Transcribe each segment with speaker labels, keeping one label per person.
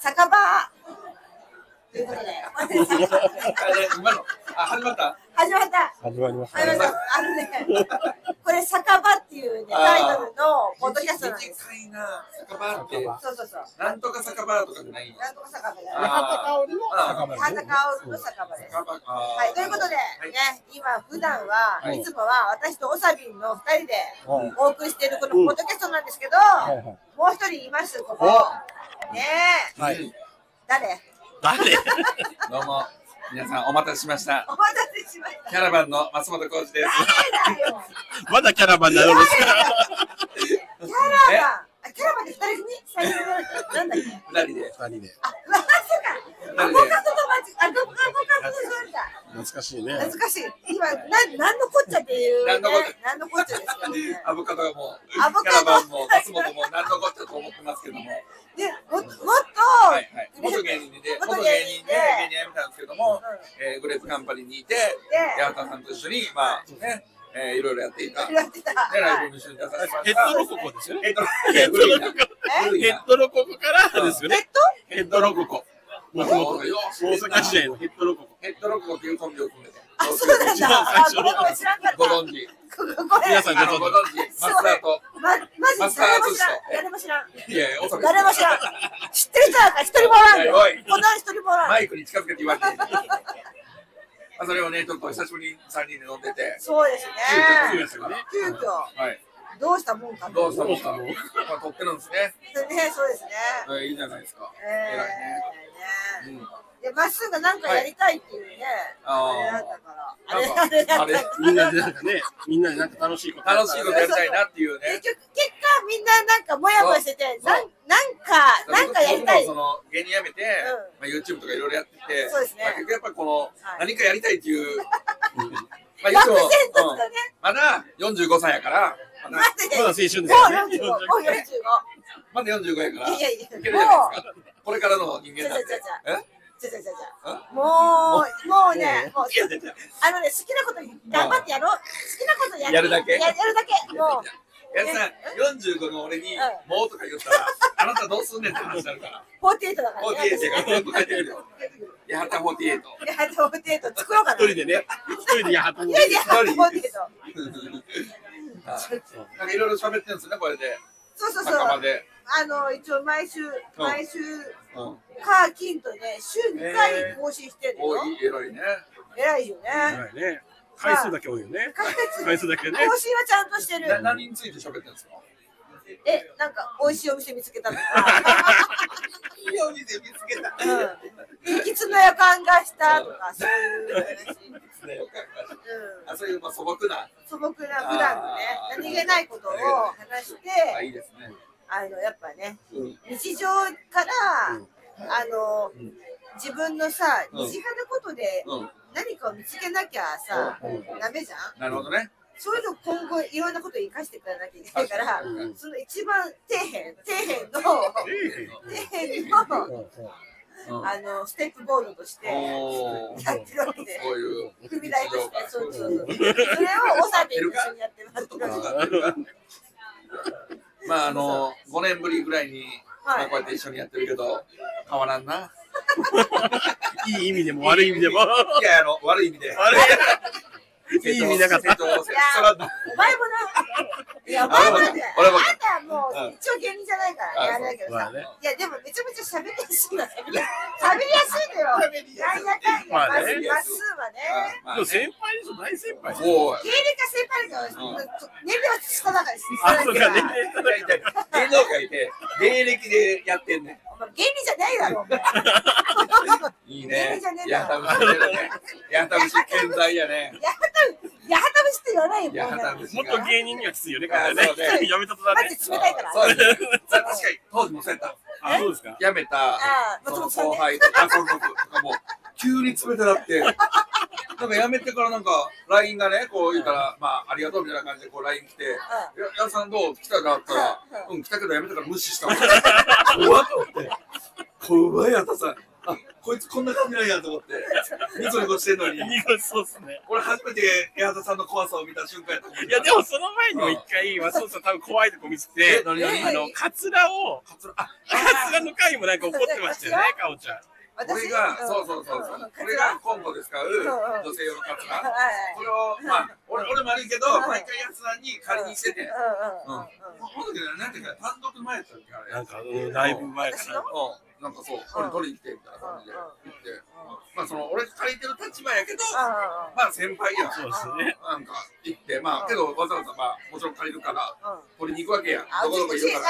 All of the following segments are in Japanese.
Speaker 1: 酒場 ということで
Speaker 2: 今の、あ、始まった。
Speaker 1: 始まった
Speaker 3: 始まりまし
Speaker 1: あ
Speaker 3: た
Speaker 1: の
Speaker 3: ね。
Speaker 1: ねこれ「酒場」っていうねタイトルのポッドキャストなんです
Speaker 2: 短いな、酒場って、
Speaker 1: そうそうそう
Speaker 2: なんとか酒場とかじゃないの。
Speaker 1: なんとか酒場だよね
Speaker 2: あ
Speaker 3: 織の酒場
Speaker 1: 神田薫の酒場
Speaker 2: ー
Speaker 1: です
Speaker 2: 酒場か。
Speaker 1: はい、ということで、ね、今普段は、
Speaker 3: はい
Speaker 1: い、つもは私とおさびんの二人で
Speaker 3: はい
Speaker 1: お送りしているこのポッドキャストなんですけど、
Speaker 3: はいはい
Speaker 1: もう一人います、ここ。ねえ、
Speaker 3: は
Speaker 2: はいい。
Speaker 1: 誰
Speaker 3: 誰
Speaker 2: どうも、皆さんお待たせしました。
Speaker 1: お待たせしました。
Speaker 2: キャラバンの松本浩二です。
Speaker 1: 誰だよ。
Speaker 3: まだキャラバンなのですか
Speaker 1: キャラバン。あキャラバンで二人組最初のなんだっけ
Speaker 2: 二人で。
Speaker 3: 二人で。
Speaker 1: あ、うわそうか。アボカドとマジ、あ、アボカドとそうだ。
Speaker 3: 懐かしいね。
Speaker 1: 懐かしい。今、なん、なんのこっちゃっていう、ね
Speaker 2: なんのこっち。
Speaker 1: なんのこっちゃですけどね。
Speaker 2: アボカドがもう、
Speaker 1: アボ
Speaker 2: キ
Speaker 1: カ
Speaker 2: ャラ
Speaker 1: ド
Speaker 2: バンも松本も何のこっちゃと思ってますけども。
Speaker 1: で、も、もっと。
Speaker 2: はいはい。元芸人で、元芸人で芸人辞めたんですけども、えーグレープカンパニーにいて、八幡さんと一緒に、まあね、えーいろいろやっていた。
Speaker 1: やってた。
Speaker 2: で、
Speaker 1: は
Speaker 2: ライ
Speaker 1: い
Speaker 2: ブも一緒に出させてもらっ
Speaker 3: ヘッ
Speaker 2: た
Speaker 3: ドロココですよね。
Speaker 2: ヘッドロ
Speaker 3: ヘッドロココ。
Speaker 1: え
Speaker 2: 古い
Speaker 3: ヘッ
Speaker 2: な
Speaker 3: ドロココからですよね。ヘッドロココ。
Speaker 2: 大
Speaker 3: 松本が大阪時代のヘッドロココ。
Speaker 2: ヘッドロックっていうコンビを組んでて。
Speaker 1: あ、そうなんだ。あ、ごめんごめん、知らんかった。
Speaker 2: ご
Speaker 1: ご
Speaker 2: 存知。
Speaker 1: めん。
Speaker 3: 皆さん
Speaker 2: あのご存知。マスターと。
Speaker 1: ま、マジ誰も知らん。誰も知らん。
Speaker 2: いやいや、遅く
Speaker 1: 誰も知らん。知ってる人なんか一人もおらんよ
Speaker 2: おいおい。
Speaker 1: こんなん一人もおら
Speaker 2: マ
Speaker 1: ん。
Speaker 2: イクに近づけて言われて。まあ、それをね、ちょっと久しぶりに三人で飲んでて。
Speaker 1: そうです
Speaker 2: 急遽
Speaker 1: ね。
Speaker 2: ですよね
Speaker 1: 急遽、
Speaker 2: はい。
Speaker 1: どうしたもんか
Speaker 2: ど
Speaker 1: と。
Speaker 2: うしたもんか。まあ、撮ってるんですね。
Speaker 1: ね、そうですね。
Speaker 2: うんいいじゃないですか。
Speaker 1: え
Speaker 2: 偉いね。
Speaker 1: ー
Speaker 2: うん
Speaker 1: ね。で、まっすぐがなんかやりたいっていうね。
Speaker 2: あ
Speaker 1: あれだったから。あれ、あ
Speaker 2: ーな
Speaker 1: れ
Speaker 2: んか
Speaker 1: だ
Speaker 2: あ
Speaker 1: っ
Speaker 2: れ
Speaker 1: たから。
Speaker 3: みんなでなんかね、みんなでなんか楽しいこと。
Speaker 2: 楽しいことやりたいなっていうね
Speaker 1: 結。局、結果みんななんかモヤモヤしてて、
Speaker 2: そう
Speaker 1: なんなんか、なんかやりたい。
Speaker 2: 僕もその芸人辞めて、
Speaker 1: うん
Speaker 2: まあ、YouTube とかいろいろやってて、
Speaker 1: そうですね
Speaker 2: まあ、結局やっぱこの、
Speaker 1: い
Speaker 2: 何かやりたいっていう、まあ
Speaker 1: 漠然と
Speaker 2: うん
Speaker 1: したね。
Speaker 2: まだ45歳やから、まだ
Speaker 1: 待って
Speaker 3: まだ青春です
Speaker 1: もう
Speaker 3: よ
Speaker 1: 四
Speaker 3: ね
Speaker 1: 十。五、もう四十五。
Speaker 2: まだ45やから、
Speaker 1: いやい
Speaker 2: い
Speaker 1: や
Speaker 2: け
Speaker 1: い
Speaker 2: るじ
Speaker 1: や、
Speaker 2: ゃ
Speaker 1: も
Speaker 2: な
Speaker 1: う
Speaker 2: いで。すか。これからの人間なんて
Speaker 1: ちょちょちょ。じゃじゃじゃじゃ。も
Speaker 2: も
Speaker 1: う、もうね、もう、
Speaker 2: えいやいやいや
Speaker 1: あのね、好きなこと頑張ってやろう。好きなことや
Speaker 2: やるだけ
Speaker 1: ややるだけ。もう、
Speaker 2: やつさん、45の俺に、もうとか言ったら、あなたどうすんねんって話になるから、
Speaker 1: フォーティエイトだからね。
Speaker 2: 48が全部書いてくるよ。やはた48。
Speaker 1: いや、フォーティエイト作ろうかな。
Speaker 3: 一人でね、一人でやはた
Speaker 1: いやいや、フ
Speaker 2: 一人
Speaker 1: ォーティエイト。
Speaker 2: はいなんかいろいろ喋ってるんですね、これで、
Speaker 1: そうそうそう。
Speaker 2: 仲間で。
Speaker 1: あの、一応毎週、毎週、
Speaker 2: うん
Speaker 1: 火、金とね、週2回更新してるの
Speaker 2: 多
Speaker 1: よ。
Speaker 2: い、偉いね。
Speaker 1: 偉いよね。
Speaker 3: はいね。回数だけ多いよね。
Speaker 1: 回数
Speaker 3: 回数だけね。
Speaker 1: 更新はちゃんとしてる。
Speaker 2: な何について喋ってるんですか
Speaker 1: え、なんか美味しいお店見つけたとか、
Speaker 2: いいお店見つけた。
Speaker 1: うん、きつの予感がしたとか、そういう話。うん、
Speaker 2: あ、そういうまあ素朴な。
Speaker 1: 素朴な普段のね、
Speaker 2: あー
Speaker 1: 何気ないことを話して、
Speaker 2: あ、いいですね。
Speaker 1: あの、やっぱね、
Speaker 2: うん。
Speaker 1: 日常から、
Speaker 3: うん
Speaker 1: あの、
Speaker 2: ん
Speaker 1: 自分のさ、
Speaker 2: うん
Speaker 1: 身近なことで
Speaker 2: うん。
Speaker 1: 何かを見つけなきゃさ、
Speaker 3: う
Speaker 1: ダメじゃん
Speaker 2: なるほどね。
Speaker 1: そういうの今後いろんなことを生かしていかなきゃいけないから
Speaker 2: 確か
Speaker 3: に、
Speaker 1: その一番底辺、底辺の、底辺の、
Speaker 2: うん
Speaker 1: あのステップボードとしてや
Speaker 2: おお。そ
Speaker 1: ってるわけで、
Speaker 2: ういう。
Speaker 1: 踏み台として、そうそうそう。
Speaker 2: 日
Speaker 1: それをおさびと一緒にやってます。
Speaker 2: 常がそういうことがまあ、あの、五年ぶりぐらいに、ま
Speaker 1: は
Speaker 2: あ、
Speaker 1: い
Speaker 2: こうやって一緒にやってるけど。変わらんな。
Speaker 3: いい意味でも悪い意味で
Speaker 2: い
Speaker 3: も。
Speaker 2: や、あの、悪い意味で。
Speaker 3: 悪い。
Speaker 2: 正
Speaker 3: いい意
Speaker 2: 当
Speaker 3: 味なかっ
Speaker 2: 正
Speaker 3: た。
Speaker 2: 当正当だ
Speaker 1: お前もな、いや、お前もな、あん
Speaker 2: 俺も
Speaker 1: たはもう一応芸人じゃないからね、あれだけど
Speaker 3: ま
Speaker 1: さ
Speaker 3: あ。ね。
Speaker 1: いや、でもめちゃめちゃ喋りやすいな、喋りやすいのよ。なんやかんや、まっすーはね。
Speaker 2: まあま
Speaker 3: でも
Speaker 2: あね
Speaker 3: 先輩でしょ、大先輩。
Speaker 2: おお。
Speaker 1: 芸歴が先輩だけど、年齢は下だから、
Speaker 3: あ、
Speaker 1: 下
Speaker 3: そう
Speaker 1: だ
Speaker 3: か
Speaker 1: か
Speaker 3: ね
Speaker 1: ら。。
Speaker 2: いやいや芸能界で芸歴でやってんね
Speaker 1: お前芸人じゃないだろ、お前。
Speaker 2: ん。いい
Speaker 1: 芸
Speaker 2: ね
Speaker 1: 人じゃね。えんだ
Speaker 2: やたぶしってるね。やたぶし健在やね。
Speaker 1: やはたぶしって言わないよ、
Speaker 2: や
Speaker 1: もうね
Speaker 2: た。ぶし
Speaker 3: もっ
Speaker 2: が。
Speaker 3: と芸人にはきついよね、からね
Speaker 2: あそうね。
Speaker 3: やめたとだ
Speaker 1: マ
Speaker 3: ね。
Speaker 1: ジで冷たいから。
Speaker 2: そうですね。さ確かに当時もそうやった。
Speaker 3: あ、そうですか。
Speaker 2: やめた
Speaker 1: あー
Speaker 2: その
Speaker 1: 松本さんね
Speaker 2: 後輩とか、そうそうそうとかも急に冷たなって。なんかやめてからなんか LINE がね、こう言ったら、まあありがとうみたいな感じでこう LINE 来て、や矢田さんどう来たかって言ったら、うん来たけどやめたから無視したもん。怖っと思って。怖い矢田さん。あ、こいつこんな感じなんやと思って、ニコニコしてんのに、
Speaker 3: そうっすね。
Speaker 2: 俺初めて矢田さんの怖さを見た瞬間やと思って
Speaker 3: いや、でもその前にも一回、松本さん多分怖いとこ見せて、
Speaker 2: え何何
Speaker 3: あの、カツラを、
Speaker 2: カツラあ
Speaker 3: カツラの回もなんか怒ってましたよね、かおちゃん。
Speaker 2: 俺が、そうそうそうそう、これがコントで使う
Speaker 1: うんうん
Speaker 2: 女性用のカツラ。
Speaker 1: はい
Speaker 2: これを、まあ、俺俺も悪いけど、
Speaker 1: うん
Speaker 2: 毎回やつさんに借りにしてて。
Speaker 1: うんうんうんうん
Speaker 2: この時なんていうか、単独前やったっけ、あれ。
Speaker 3: なんか、うんだいぶ前か
Speaker 1: 私
Speaker 3: ら
Speaker 1: の。
Speaker 2: うん、なんかそう、俺取りに来てみたいな感じで言って、まあその俺借りてる立場やけど、
Speaker 1: う
Speaker 2: まあ先輩やん。
Speaker 3: そうですね。
Speaker 2: なんか行って、まあけどわざわざまあもちろん借りるから
Speaker 1: んうんうん
Speaker 2: 取りに行くわけやん。
Speaker 1: あ、
Speaker 2: ど
Speaker 1: う
Speaker 2: こ
Speaker 1: ち
Speaker 2: ど
Speaker 1: の
Speaker 2: こ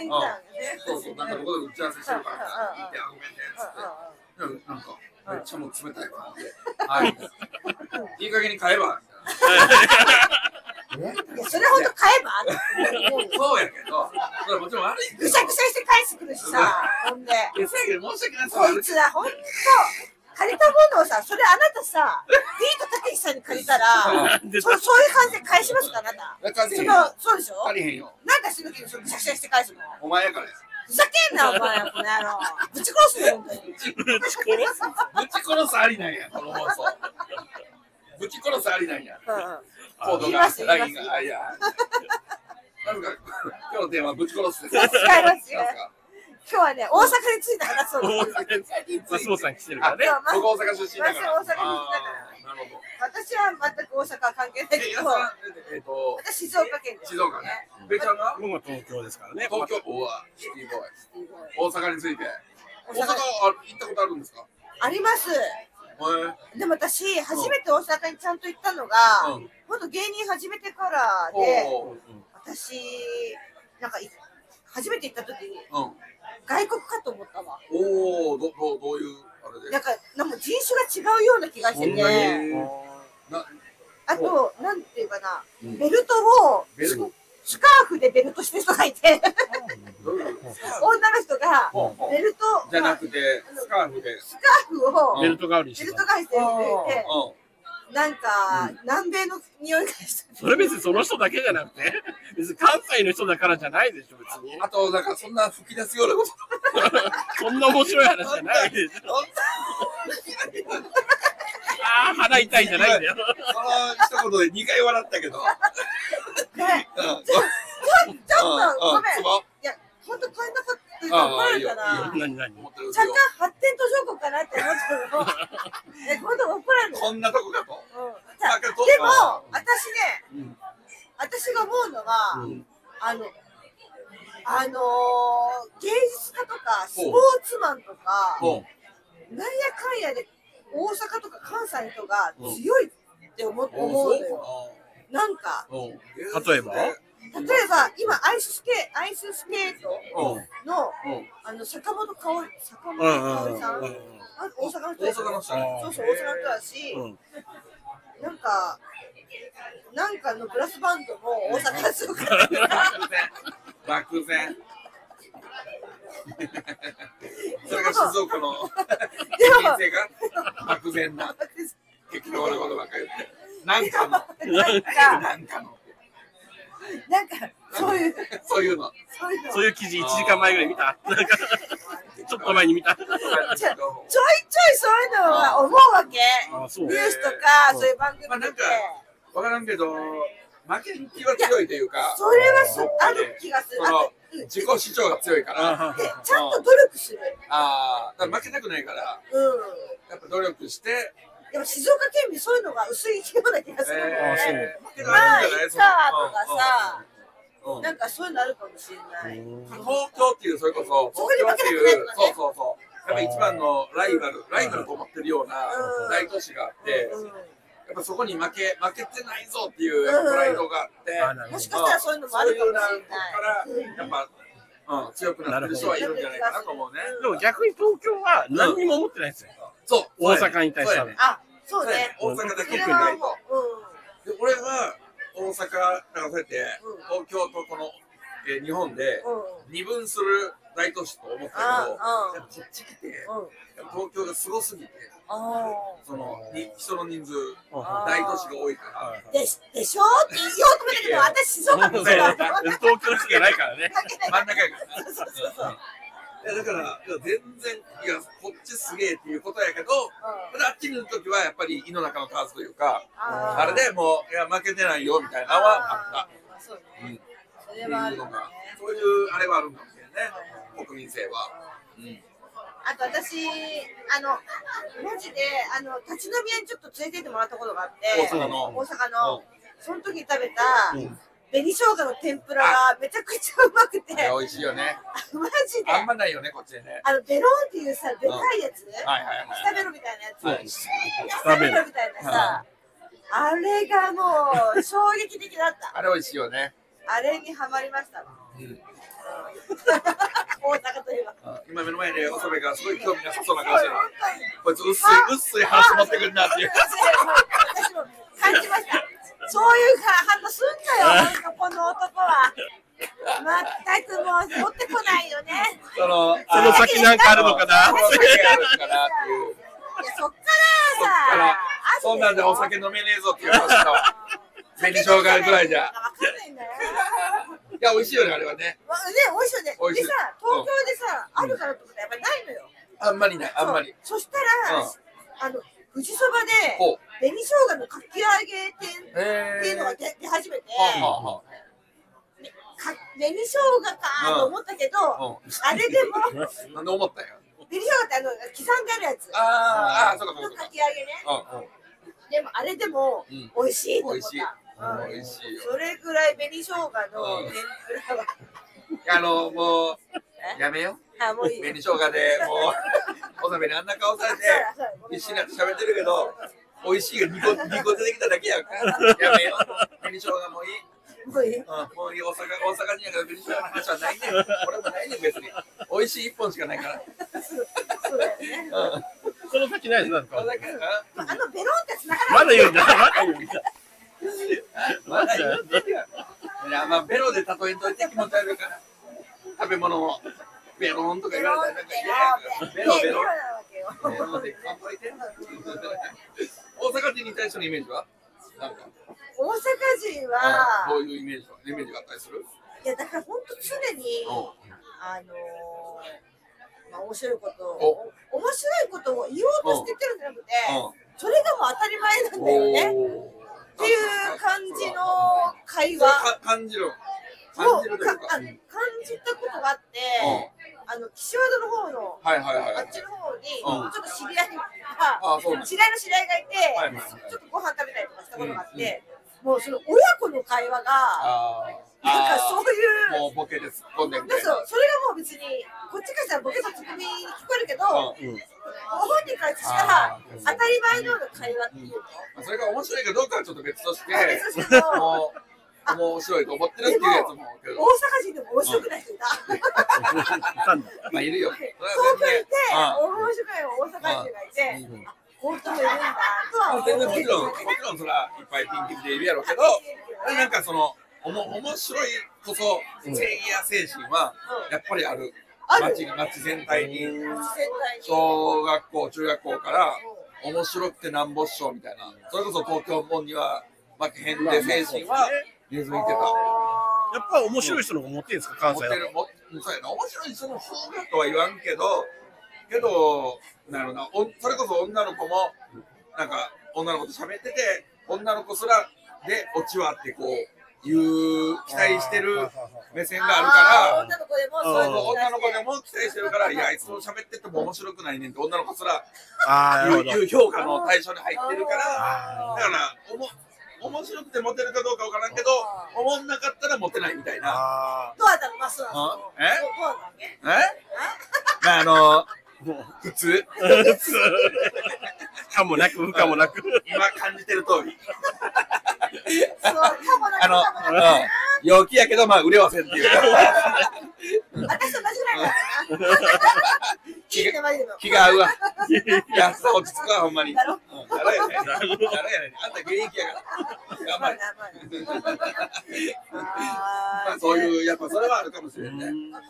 Speaker 1: 知り
Speaker 2: 行うか
Speaker 1: 合い
Speaker 2: ら。
Speaker 1: のとこに赤いんだよね。
Speaker 2: そうそう、なんかどこどこ打ち合わせしてるからさ、行ってあごめんね
Speaker 1: うんうん
Speaker 2: っつって、うん、なんかめっちゃもう冷たい感じで、
Speaker 1: う
Speaker 2: は
Speaker 1: ん
Speaker 2: い、いい加減に買えばみたいな。
Speaker 1: いやそれほど買えば
Speaker 2: そうやけど、それもちろん悪いけ
Speaker 1: ぐ
Speaker 2: ど。
Speaker 1: しゃぐしゃして返してくるしさ、ほんで、
Speaker 2: いやそうやけど申し訳ない。
Speaker 1: こいつらほんと、借りたものをさ、それあなたさ、ビートたけしさんに借りたら、
Speaker 3: なんで
Speaker 1: そそういう感じで返しますか、あなた。
Speaker 2: だから
Speaker 1: そ
Speaker 2: 借りへんよ
Speaker 1: のそうでしょ
Speaker 2: 借りへんよ。
Speaker 1: なんかしのきにそのぐしゃぐしゃして返すの。
Speaker 2: お前やからや。
Speaker 1: ふざけんな、お前ら、この野郎。ぶち殺すよ、本当に。
Speaker 3: ぶち殺す
Speaker 2: ぶち殺すありなんや、この放送。ぶち殺すありなんや。
Speaker 1: う
Speaker 2: コード
Speaker 1: 言い
Speaker 2: が
Speaker 1: ま、す
Speaker 2: ライン
Speaker 1: 言います
Speaker 2: が、あ、いや。なんか、今日のテーマ、ぶち殺すです。
Speaker 1: 違います
Speaker 2: なん
Speaker 1: ん
Speaker 2: か
Speaker 1: 今日はね、大阪について話そうです。
Speaker 3: 松本さん来てるから
Speaker 2: あ
Speaker 3: ね。
Speaker 1: そう
Speaker 2: 僕大阪出身だから。
Speaker 1: 私大阪出身だから
Speaker 2: あーなるほど。
Speaker 1: 私は全く大阪は関係ない
Speaker 2: え、
Speaker 1: け
Speaker 2: 皆
Speaker 1: ど、
Speaker 2: さん、えっと、
Speaker 1: 私静岡県です、
Speaker 2: 静岡ね。べちゃんが
Speaker 3: 僕は東京ですからね。
Speaker 2: 東京、うわ、シティボーイ。大阪について。大
Speaker 1: 大
Speaker 2: 阪、
Speaker 1: 阪
Speaker 2: あ行ったことあるんですか
Speaker 1: あります。
Speaker 2: へ
Speaker 1: でも私、初めて大阪にちゃんと行ったのが、
Speaker 2: え。うん。
Speaker 1: ほんと芸人始めてからで、
Speaker 2: おー
Speaker 1: 私、なんかい、初めて行った時に、
Speaker 2: うん。
Speaker 1: 外国かと思ったわ。
Speaker 2: おー、ど、ど、どういう、あれで
Speaker 1: なんか、なんか人種が違うような気がして
Speaker 3: そんな
Speaker 1: て、
Speaker 3: に
Speaker 2: な、
Speaker 1: あと、なんていうかな、
Speaker 2: うん
Speaker 1: ベルトを、
Speaker 2: ベルト
Speaker 1: スカーフでベルトしてる人がいて、
Speaker 2: どういうこと
Speaker 1: 女の人が、ベルト、
Speaker 2: じゃなくて、スカーフで。
Speaker 1: スカーフを、
Speaker 3: ベルト代わりにし
Speaker 1: ベ
Speaker 3: て
Speaker 1: ル
Speaker 3: る
Speaker 1: ト。返してる人いて、
Speaker 2: うん。
Speaker 1: なんか、
Speaker 2: う
Speaker 1: 南米の匂いがした。
Speaker 3: それ別にその人だけじゃなくて、別に関西の人だからじゃないでしょ、別に。
Speaker 2: あと、なんかそんな吹き出すようなこと。
Speaker 3: そんな面白い話じゃないでしょ。ああ、鼻痛いじゃないんだよ。
Speaker 2: その一言で2回笑ったけど。
Speaker 1: ね、
Speaker 2: うん。
Speaker 1: ちょ
Speaker 2: うん。
Speaker 1: っと、ごめん。
Speaker 2: ツ
Speaker 1: い
Speaker 2: ボ
Speaker 1: や、ほんと買えなかったら怒られるか
Speaker 2: ああいい
Speaker 1: な。
Speaker 3: 何何
Speaker 2: 思ってるんです
Speaker 1: 若
Speaker 2: よ
Speaker 1: 干発展途上国かなって思って たの。え、ほんと怒られるの。
Speaker 2: こんなとこかと。
Speaker 1: うん
Speaker 2: な
Speaker 1: さ
Speaker 2: んか
Speaker 1: でも、
Speaker 2: と
Speaker 1: 私ね、
Speaker 2: うん
Speaker 1: 私が思うのは、
Speaker 3: うん
Speaker 1: あの、あのー芸術家とか、スポーツマンとか、
Speaker 2: うん
Speaker 1: なんやかんやで大阪とか関西の人が強いって思う思うのよ。なんか、
Speaker 2: うんうん
Speaker 3: 例えば
Speaker 1: 例えば今アイススケアイススケート
Speaker 2: うん。うん。
Speaker 1: のあの坂本香織坂本
Speaker 3: うんうん
Speaker 1: 香
Speaker 3: うん
Speaker 1: 織さん、あ大阪の人
Speaker 2: 大
Speaker 1: です
Speaker 2: 阪の人ね。
Speaker 1: そうそう大阪の人だし、
Speaker 3: うん。
Speaker 1: なんかなんかのブラスバンドも大阪の人から
Speaker 2: 漠然。漠然。それが静岡の
Speaker 1: でも
Speaker 2: 人生が漠然な適当なことばっかり言って。なんかの。
Speaker 1: なんか
Speaker 2: なんかの。
Speaker 1: なんかそういう
Speaker 2: そういうの。
Speaker 1: そういうのち
Speaker 3: そういう記事1時間前ぐらい見た なんか、ちょっと前に見た
Speaker 1: じゃょいちょいそういうのは思うわけ
Speaker 3: あそ
Speaker 1: ニュ
Speaker 3: う
Speaker 1: ースとか
Speaker 3: うん
Speaker 1: そういう番組
Speaker 2: まあな
Speaker 1: 見
Speaker 2: ん
Speaker 1: て
Speaker 2: かわからんけど、負けん気は強いというか、
Speaker 1: それはすある気がする
Speaker 2: そ
Speaker 1: あ
Speaker 2: の
Speaker 1: とうん
Speaker 2: 自己主張が強いから、あ
Speaker 3: あ
Speaker 1: でちゃんと努力する
Speaker 2: あー、だから負けたくないから、
Speaker 1: うん
Speaker 2: やっぱ努力して、
Speaker 1: でも静岡県民そういうのが薄いような気がするの
Speaker 3: あそう
Speaker 1: ね。
Speaker 2: 負けた
Speaker 1: まあ、
Speaker 2: らいいんじゃな
Speaker 1: い
Speaker 2: い
Speaker 1: っ
Speaker 2: そ
Speaker 1: か
Speaker 2: の
Speaker 1: とかさ、
Speaker 2: うんうん
Speaker 1: なんかそういうのあるかもしれない。
Speaker 2: 東京っていう、それこそ、
Speaker 1: そこ
Speaker 2: 東
Speaker 1: に
Speaker 2: 京
Speaker 1: 負
Speaker 2: っ
Speaker 1: け
Speaker 2: て
Speaker 1: たくないのね
Speaker 2: いう、そうそうそう、やっぱ一番のライバル、ライバルと思ってるような
Speaker 1: うん
Speaker 2: 大都市があって、
Speaker 1: う
Speaker 2: やっぱそこに負け、負けてないぞっていうプライドがあって、
Speaker 3: あなる
Speaker 1: ん、
Speaker 3: ほ
Speaker 1: も
Speaker 3: ど
Speaker 1: しかしたらそういうのもあるかもしれない。
Speaker 2: そういうなんかから、やっぱ、うん、強くなってる人はいるんじゃないかなと思うね。
Speaker 3: でも逆に東京は何にも思ってないんですよ。
Speaker 2: そう、
Speaker 3: 大阪に対して
Speaker 2: そう
Speaker 3: は
Speaker 2: やね
Speaker 1: あ、そうね。
Speaker 2: 大阪だ
Speaker 1: そ
Speaker 2: け
Speaker 1: れ
Speaker 2: じゃな
Speaker 1: はいも
Speaker 2: で俺は大阪からそうやって東京とこの、えー日本で
Speaker 1: う、うん、うん、
Speaker 2: 二分する大都市と思ったけど
Speaker 1: ああ
Speaker 2: やっぱこっち来て
Speaker 1: うん、
Speaker 2: やっぱ東京がすごすぎて
Speaker 1: あ
Speaker 2: そのに人の人数
Speaker 1: あー
Speaker 2: 大都市が多いか
Speaker 1: ーでしでしょって言おうと思ったけど、私静岡の人
Speaker 3: 東
Speaker 1: だ。
Speaker 3: 京の人じゃないからね。
Speaker 2: ら真ん中やからね
Speaker 1: そうそうそう。
Speaker 2: いやだから、いや全然、いや、こっちすげえっていうことやけど、ただあっちにいるときはやっぱり井の中の数というか、
Speaker 1: あー
Speaker 2: あれでもう、いや、負けてないよみたいなのはあ
Speaker 1: ー
Speaker 2: っ
Speaker 1: まあそう
Speaker 2: た。うん
Speaker 1: ね。そ
Speaker 2: ってい
Speaker 1: れ
Speaker 2: う
Speaker 1: はあるよ
Speaker 2: の
Speaker 1: ね。
Speaker 2: が、そういうあれはあるんだもんね、国民性は。 うん。
Speaker 1: あと私、あの、マジで、あの、立ち飲み屋にちょっと連れてってもらったことがあって、
Speaker 2: 大阪の
Speaker 1: 大阪の
Speaker 2: うん
Speaker 1: その時食べた、
Speaker 3: うん
Speaker 1: 紅生姜の天ぷらがめちゃくちゃうまくて、
Speaker 2: あれ美味しいよね。
Speaker 1: マジで、
Speaker 2: あんまないよね、こっちでね。
Speaker 1: あの、ベロンっていうさ、でかいやつ、
Speaker 2: は いはい
Speaker 1: スタ
Speaker 2: はい。
Speaker 1: ベロみたいなやつ、
Speaker 3: はい
Speaker 1: シューッスタベロみたいなさ、あれがもう衝撃的だった。
Speaker 2: あれ美味しいよね。
Speaker 1: あれにはまりましたわ。
Speaker 2: うん
Speaker 1: 大阪といえば。
Speaker 2: 今目の前で長部がすごい興味なさそうな
Speaker 1: そう
Speaker 2: 顔し
Speaker 1: 本
Speaker 2: てる。
Speaker 1: 当に
Speaker 2: こいつ薄い、薄い話持ってくるなっていう。
Speaker 1: 私も感じました。そういうか反応すんなよ、なんかこの男は。全くもう持ってこないよね。
Speaker 2: その、
Speaker 3: その先なんかあるのかな
Speaker 2: その先あるのかなっていう。
Speaker 1: いやそっか
Speaker 2: そっから
Speaker 1: さ
Speaker 2: ら、、そんなんでお酒飲めねえぞっていう話だわ。紅生姜ぐらいじゃ
Speaker 1: わ。かんないんだよ。
Speaker 2: いや、美味しいよね、あれはね。
Speaker 1: わね、美味しいよね。
Speaker 2: 美味しい
Speaker 1: でさ、東京でさ、あるからってことはやっぱないのよ。
Speaker 2: あんまりない、あんまり。
Speaker 1: そうそしたら、
Speaker 2: うん
Speaker 1: あの、富士そばで、
Speaker 2: ほう。
Speaker 1: 紅生姜のかき揚げ店っ
Speaker 2: へ
Speaker 1: ていうのが
Speaker 2: は
Speaker 1: 出出始めて、
Speaker 2: あはあは
Speaker 1: か紅生姜かーと思ったけど、
Speaker 2: あ
Speaker 1: あれでも、
Speaker 2: うん。なんで思ったんや。
Speaker 1: 紅生姜ってあの、刻んであるやつ。
Speaker 2: ああ、ああ、そうかそ
Speaker 1: の
Speaker 2: う
Speaker 1: か
Speaker 2: か
Speaker 1: き揚げね。
Speaker 2: そうか。
Speaker 1: でもあれでも
Speaker 2: うん
Speaker 1: 美味しいと
Speaker 2: うん。
Speaker 1: 思っ
Speaker 2: 美味しい
Speaker 1: た。。
Speaker 2: 美味しいよ。
Speaker 1: それぐらい紅生姜の
Speaker 2: う
Speaker 1: 天
Speaker 2: ん
Speaker 1: ぷらは、
Speaker 2: あの、もう、やめよう。
Speaker 1: あもういい。
Speaker 2: 紅生姜で、もう、おさめにあんな顔されて、必死になって喋ってるけど、美味しいが2個、二個出てきただけやんか。やめよう。紅生姜もいい。
Speaker 1: もういい。
Speaker 2: うん、もういい大阪、大阪人やから紅生姜の話はないねん。俺もないねん、別に。美味しい一本しかないから。
Speaker 1: そうだよね。
Speaker 2: うん。
Speaker 3: その先ないなんか
Speaker 2: ま。だかな。
Speaker 1: まああのベロンってつながら
Speaker 3: まだ言うんだ。まだ言うんだ。
Speaker 2: まだ言ってるやん。いや、まあ、ベロで例えんといて気持ち悪いから。食べ物を。ベロンとか
Speaker 1: ベ
Speaker 2: 言わ
Speaker 1: ロンっ
Speaker 2: れたらなんか嫌やから。
Speaker 1: て
Speaker 2: ベ
Speaker 1: な
Speaker 2: ロ
Speaker 1: ね
Speaker 2: ベ
Speaker 1: ベロな。
Speaker 2: ロ
Speaker 1: わけよ。
Speaker 2: ベロで乾杯てんの大阪人に対してのイメージはなんか、
Speaker 1: 大阪人
Speaker 2: あど
Speaker 1: は、
Speaker 2: ういうイメージはイメージがあったりする
Speaker 1: いやだから本当常に、
Speaker 2: う
Speaker 1: あのーまあ、面白いことを
Speaker 2: お、
Speaker 1: お面白いことを言おうとしてってるんじゃなくて、
Speaker 2: ん。
Speaker 1: それがもう当たり前なんだよね。っ
Speaker 2: おー
Speaker 1: ていう感じの会
Speaker 2: それ
Speaker 1: 話
Speaker 2: か感じる。
Speaker 1: を
Speaker 2: 感じるとい
Speaker 1: か
Speaker 2: うか。
Speaker 1: あ
Speaker 2: うん
Speaker 1: の感じたことがあって、あの岸和田の方の
Speaker 2: はいはい
Speaker 1: あ
Speaker 2: はい。
Speaker 1: っちの方にち
Speaker 2: う
Speaker 1: ょ
Speaker 2: ん
Speaker 1: っと知り合いが
Speaker 2: あそうなん
Speaker 1: 知り合いの知り合いがいて、
Speaker 2: はいはいはい
Speaker 1: ちょっとご飯食べたりとかしたことがあって、もうその親子の会話が
Speaker 2: あー
Speaker 1: なんかそ
Speaker 2: あ
Speaker 1: ういう
Speaker 2: ー。もうボケで突っ込んでみ
Speaker 1: で
Speaker 2: たい
Speaker 1: そ
Speaker 2: な。
Speaker 1: うそれがもう別にこっちからしたらボケとツッコミに聞こえるけど、ご
Speaker 3: うん。
Speaker 1: 本人からしたら
Speaker 2: あー
Speaker 1: 当たり前のような会話っていうの、
Speaker 2: まあそれが面白いかどうかはちょっと別として、
Speaker 1: あ別ですけど
Speaker 2: もう面白いと思ってるっていうやつもけ
Speaker 1: 大
Speaker 2: ど、
Speaker 1: 阪人でも面白くない人いた。
Speaker 2: まあいるよ。それ
Speaker 1: 東
Speaker 2: は
Speaker 1: 京にい
Speaker 2: 全
Speaker 1: て、面白い大阪人がいて、
Speaker 3: うん
Speaker 1: 本当にいるんだと
Speaker 2: 然、
Speaker 1: は
Speaker 2: ま
Speaker 1: 思
Speaker 2: あ
Speaker 1: っ
Speaker 2: 全然も
Speaker 1: て
Speaker 2: ちろん、もちろんそれはいっぱいピンキリでいるやろうけど、なんかその、おも面白いこそ正義や精神はやっぱりある。
Speaker 1: ある
Speaker 2: 街に街全体に、
Speaker 1: 絶対に。
Speaker 2: 小学校、中学校から面白くてなんぼっしょみたいな、それこそ東京本には負けへんで精神は根付いてた。
Speaker 3: やっぱ面白い人の方が持ってるんですか、関
Speaker 2: 持
Speaker 3: 西
Speaker 2: っ
Speaker 3: だ
Speaker 2: て
Speaker 3: と
Speaker 2: る。もそうやな面白い人の方がとは言わんけどけどなるなおそれこそ女の子もなんか女の子と喋ってて女の子すらでオチはってこういう期待してる目線があるから
Speaker 1: 女の子でも
Speaker 2: そうそう
Speaker 3: あー
Speaker 2: 女の子でも期待してるからいやあいつも喋ってても面白くないねんって女の子すら
Speaker 3: ああ、なる
Speaker 2: いう
Speaker 3: ほど。
Speaker 2: いう評価の対象に入ってるからだ
Speaker 3: あ
Speaker 2: からおも面白くてモテるかどうかわからんけどおもんなかったらモテないみたいな。
Speaker 3: あ
Speaker 1: どうだったのマスは。どうだっ
Speaker 2: え まああの普通
Speaker 3: ー。かもなく、不可もなく。
Speaker 2: 今感じてる通り
Speaker 1: たそう、かもな
Speaker 2: あの、うん、陽気やけどまあ売れはせんっていう
Speaker 1: 私と同じぐらいだからな。いいね、マジで。
Speaker 2: 気が合うわ安さ落ち着くわほんまに
Speaker 1: だろ
Speaker 2: うんだろやねだろやねあんた現役やから頑
Speaker 1: ま
Speaker 2: 張
Speaker 1: あ
Speaker 2: れ
Speaker 1: まあ
Speaker 2: まあそういうやっぱそれはあるかもしれんね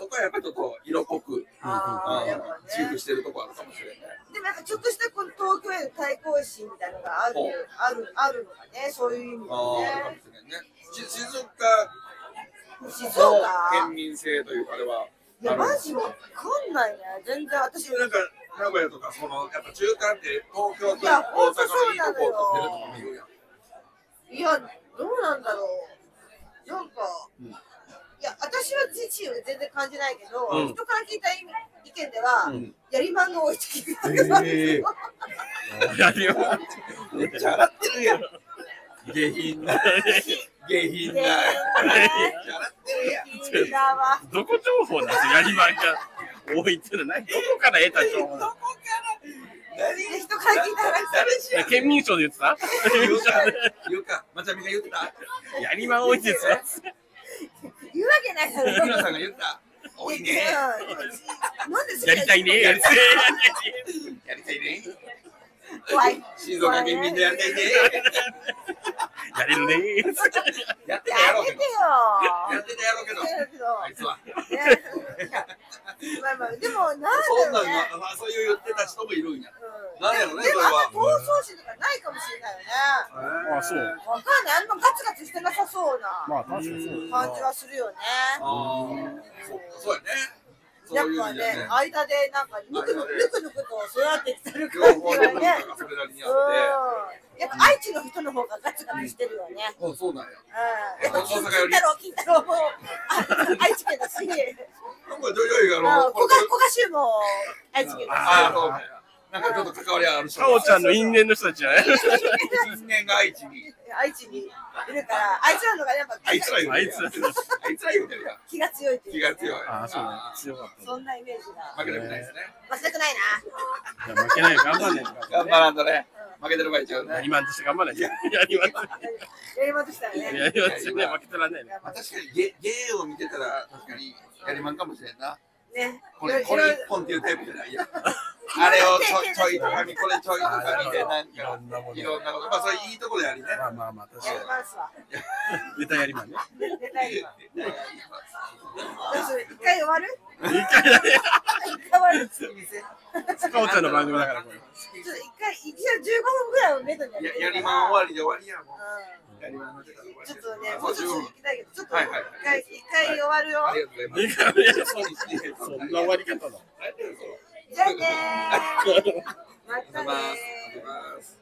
Speaker 2: そこはやっぱちょっと色濃く、うん、
Speaker 1: あーやっぱ
Speaker 2: チー
Speaker 1: ね
Speaker 2: フしてるとこあるかもしれんね
Speaker 1: でもなんかちょっとしたこの東京への対抗心みたいなのがある
Speaker 2: ほう
Speaker 1: あるあるのがね、そういう意味で
Speaker 2: あーあるかも
Speaker 1: ね。
Speaker 2: しれんねし静岡
Speaker 1: 静
Speaker 2: の
Speaker 1: 岡
Speaker 2: 県民性というかあれは
Speaker 1: いや、マジわかんないね。全然私、
Speaker 2: なんか名古屋とかそのやっぱ中間って東京と
Speaker 1: い
Speaker 2: 大
Speaker 1: や
Speaker 2: 阪
Speaker 1: ほんとそ
Speaker 2: の
Speaker 1: う
Speaker 2: いい
Speaker 1: な
Speaker 2: と
Speaker 1: のよ
Speaker 2: こを取ってるとかも言うやん
Speaker 1: いや、どうなんだろう。なんか、
Speaker 2: うん
Speaker 1: いや、私は自身を全然感じないけど、
Speaker 3: うん
Speaker 1: 人から聞いた意味意見では、
Speaker 2: うん
Speaker 1: やりまんの置いてきたけど、
Speaker 2: えー
Speaker 3: やりまん
Speaker 2: めっちゃ笑ってるやん下品な下
Speaker 1: 下品
Speaker 2: 品なやってるやん
Speaker 1: いいなわ。
Speaker 3: どこ情報なんですかやりまんが置いてるないどこから得た
Speaker 2: ど
Speaker 3: 情
Speaker 2: こ
Speaker 3: 報
Speaker 2: から何
Speaker 1: 人から聞いた話
Speaker 2: 誰知らん
Speaker 3: 県民賞で言って た県
Speaker 2: 言
Speaker 3: 民
Speaker 2: う
Speaker 3: 賞
Speaker 2: か
Speaker 3: で
Speaker 2: 言うかまちゃみが言ってた
Speaker 3: やりまん置いてるやつ
Speaker 1: 言うわけないだろ。
Speaker 2: 日村さんが言ってた多いね
Speaker 1: うんなんです
Speaker 3: やりたいねやりたいね
Speaker 2: やりたいね
Speaker 1: 怖い。
Speaker 2: 静岡県民でやりたいね
Speaker 3: やれるね
Speaker 2: やって
Speaker 1: や
Speaker 2: たやろう
Speaker 1: め
Speaker 2: け
Speaker 1: て
Speaker 2: ど
Speaker 1: よ。
Speaker 2: やってたやろうけど
Speaker 1: やめてよ
Speaker 2: あいつは
Speaker 1: ねまあまあ、でも、なんだ
Speaker 2: そん
Speaker 1: ろ
Speaker 2: な
Speaker 1: うね。
Speaker 2: のまあそういう言ってた人もいるんや
Speaker 1: うん
Speaker 2: なんやろね
Speaker 1: でも、あん
Speaker 2: そ
Speaker 1: ま
Speaker 2: れ
Speaker 1: 闘
Speaker 2: は
Speaker 1: 争心とかないかもしれないよね。
Speaker 3: あそう
Speaker 1: わかんない。あんまガツガツしてなさそうな
Speaker 3: まあ確かにそう
Speaker 2: うん
Speaker 1: 感じはするよね。
Speaker 2: あーそうかそうやね
Speaker 1: やっ
Speaker 2: そういう意
Speaker 1: ぱ
Speaker 2: 味で
Speaker 1: ね
Speaker 2: ね、
Speaker 1: 間でなんかぬくぬくぬくぬくと育ってきてる
Speaker 2: 両
Speaker 1: 感じ
Speaker 2: 方
Speaker 1: が
Speaker 2: の文化
Speaker 1: ね。
Speaker 2: がそれなりにあっ
Speaker 1: うん。やっぱ愛知の人の方がガツガツしてるよね。
Speaker 2: てあそうなんや
Speaker 1: うん。やっぱ金太郎金太郎もあ愛知県だし、
Speaker 2: なんかどよい
Speaker 1: あ
Speaker 2: があ
Speaker 1: の
Speaker 2: の
Speaker 1: 古賀古賀衆も愛知県だ
Speaker 2: ああそうなんやなんかちょっと関わりある人
Speaker 3: かおちゃんの因縁の人たちじゃない
Speaker 2: 人間が愛知に
Speaker 1: し、 愛知にいるから、あいつらの方がやっぱ
Speaker 2: あいつら言う
Speaker 3: あ
Speaker 2: て
Speaker 3: い
Speaker 2: るや
Speaker 3: つ
Speaker 2: んあいつら言うてるやん
Speaker 1: 気が強いってい
Speaker 2: 気
Speaker 1: うか
Speaker 2: が
Speaker 1: ね。
Speaker 2: 強い
Speaker 3: ああそう
Speaker 2: あ
Speaker 3: 強かっ
Speaker 1: そんなイメージ
Speaker 2: ー
Speaker 1: が。
Speaker 2: 負けたくないですね
Speaker 1: 忘れたくないな。
Speaker 3: たいや負けないよ頑張んね
Speaker 2: 頑張らんとね負けてる場合ちゃう
Speaker 3: や
Speaker 2: ね
Speaker 3: りまんとして頑張れやりまんとし
Speaker 1: やりまとしたら
Speaker 3: て
Speaker 1: ね。
Speaker 3: やりまんとしてね負けてらんないね
Speaker 1: やば
Speaker 2: まあ確かにゲゲーを見てたら確かにやりまんかもしれんな
Speaker 1: ね。
Speaker 2: これこれ一本っていうタイプじゃないやんあれをちょちょいとかみこれちょいとかみでなん
Speaker 3: いろ
Speaker 2: か
Speaker 3: んなもの
Speaker 2: いろんなことまあそれいいところでありね
Speaker 3: まあまあまあ確
Speaker 1: や
Speaker 3: か
Speaker 1: りますわ。
Speaker 3: にネタやりまんね
Speaker 1: 絶対には。どうする一回終わる
Speaker 3: 一回だ
Speaker 1: 一
Speaker 3: ね
Speaker 1: 回終わる。ちょっ
Speaker 3: かおちゃんの番組だからこれ
Speaker 1: と一回、一応15分ぐらいをめどにやって
Speaker 2: ややりまん終わりで終わりやも
Speaker 1: うん
Speaker 2: やりまんの時間終わり
Speaker 1: ち
Speaker 2: で
Speaker 1: ょっとね、もうちょっと行きたいけど、ちょっと
Speaker 2: はいはい
Speaker 1: 一回、一回終わるよ
Speaker 2: あ。りがとうございます
Speaker 3: そんな終わり方だ
Speaker 1: じゃあねー。またねー。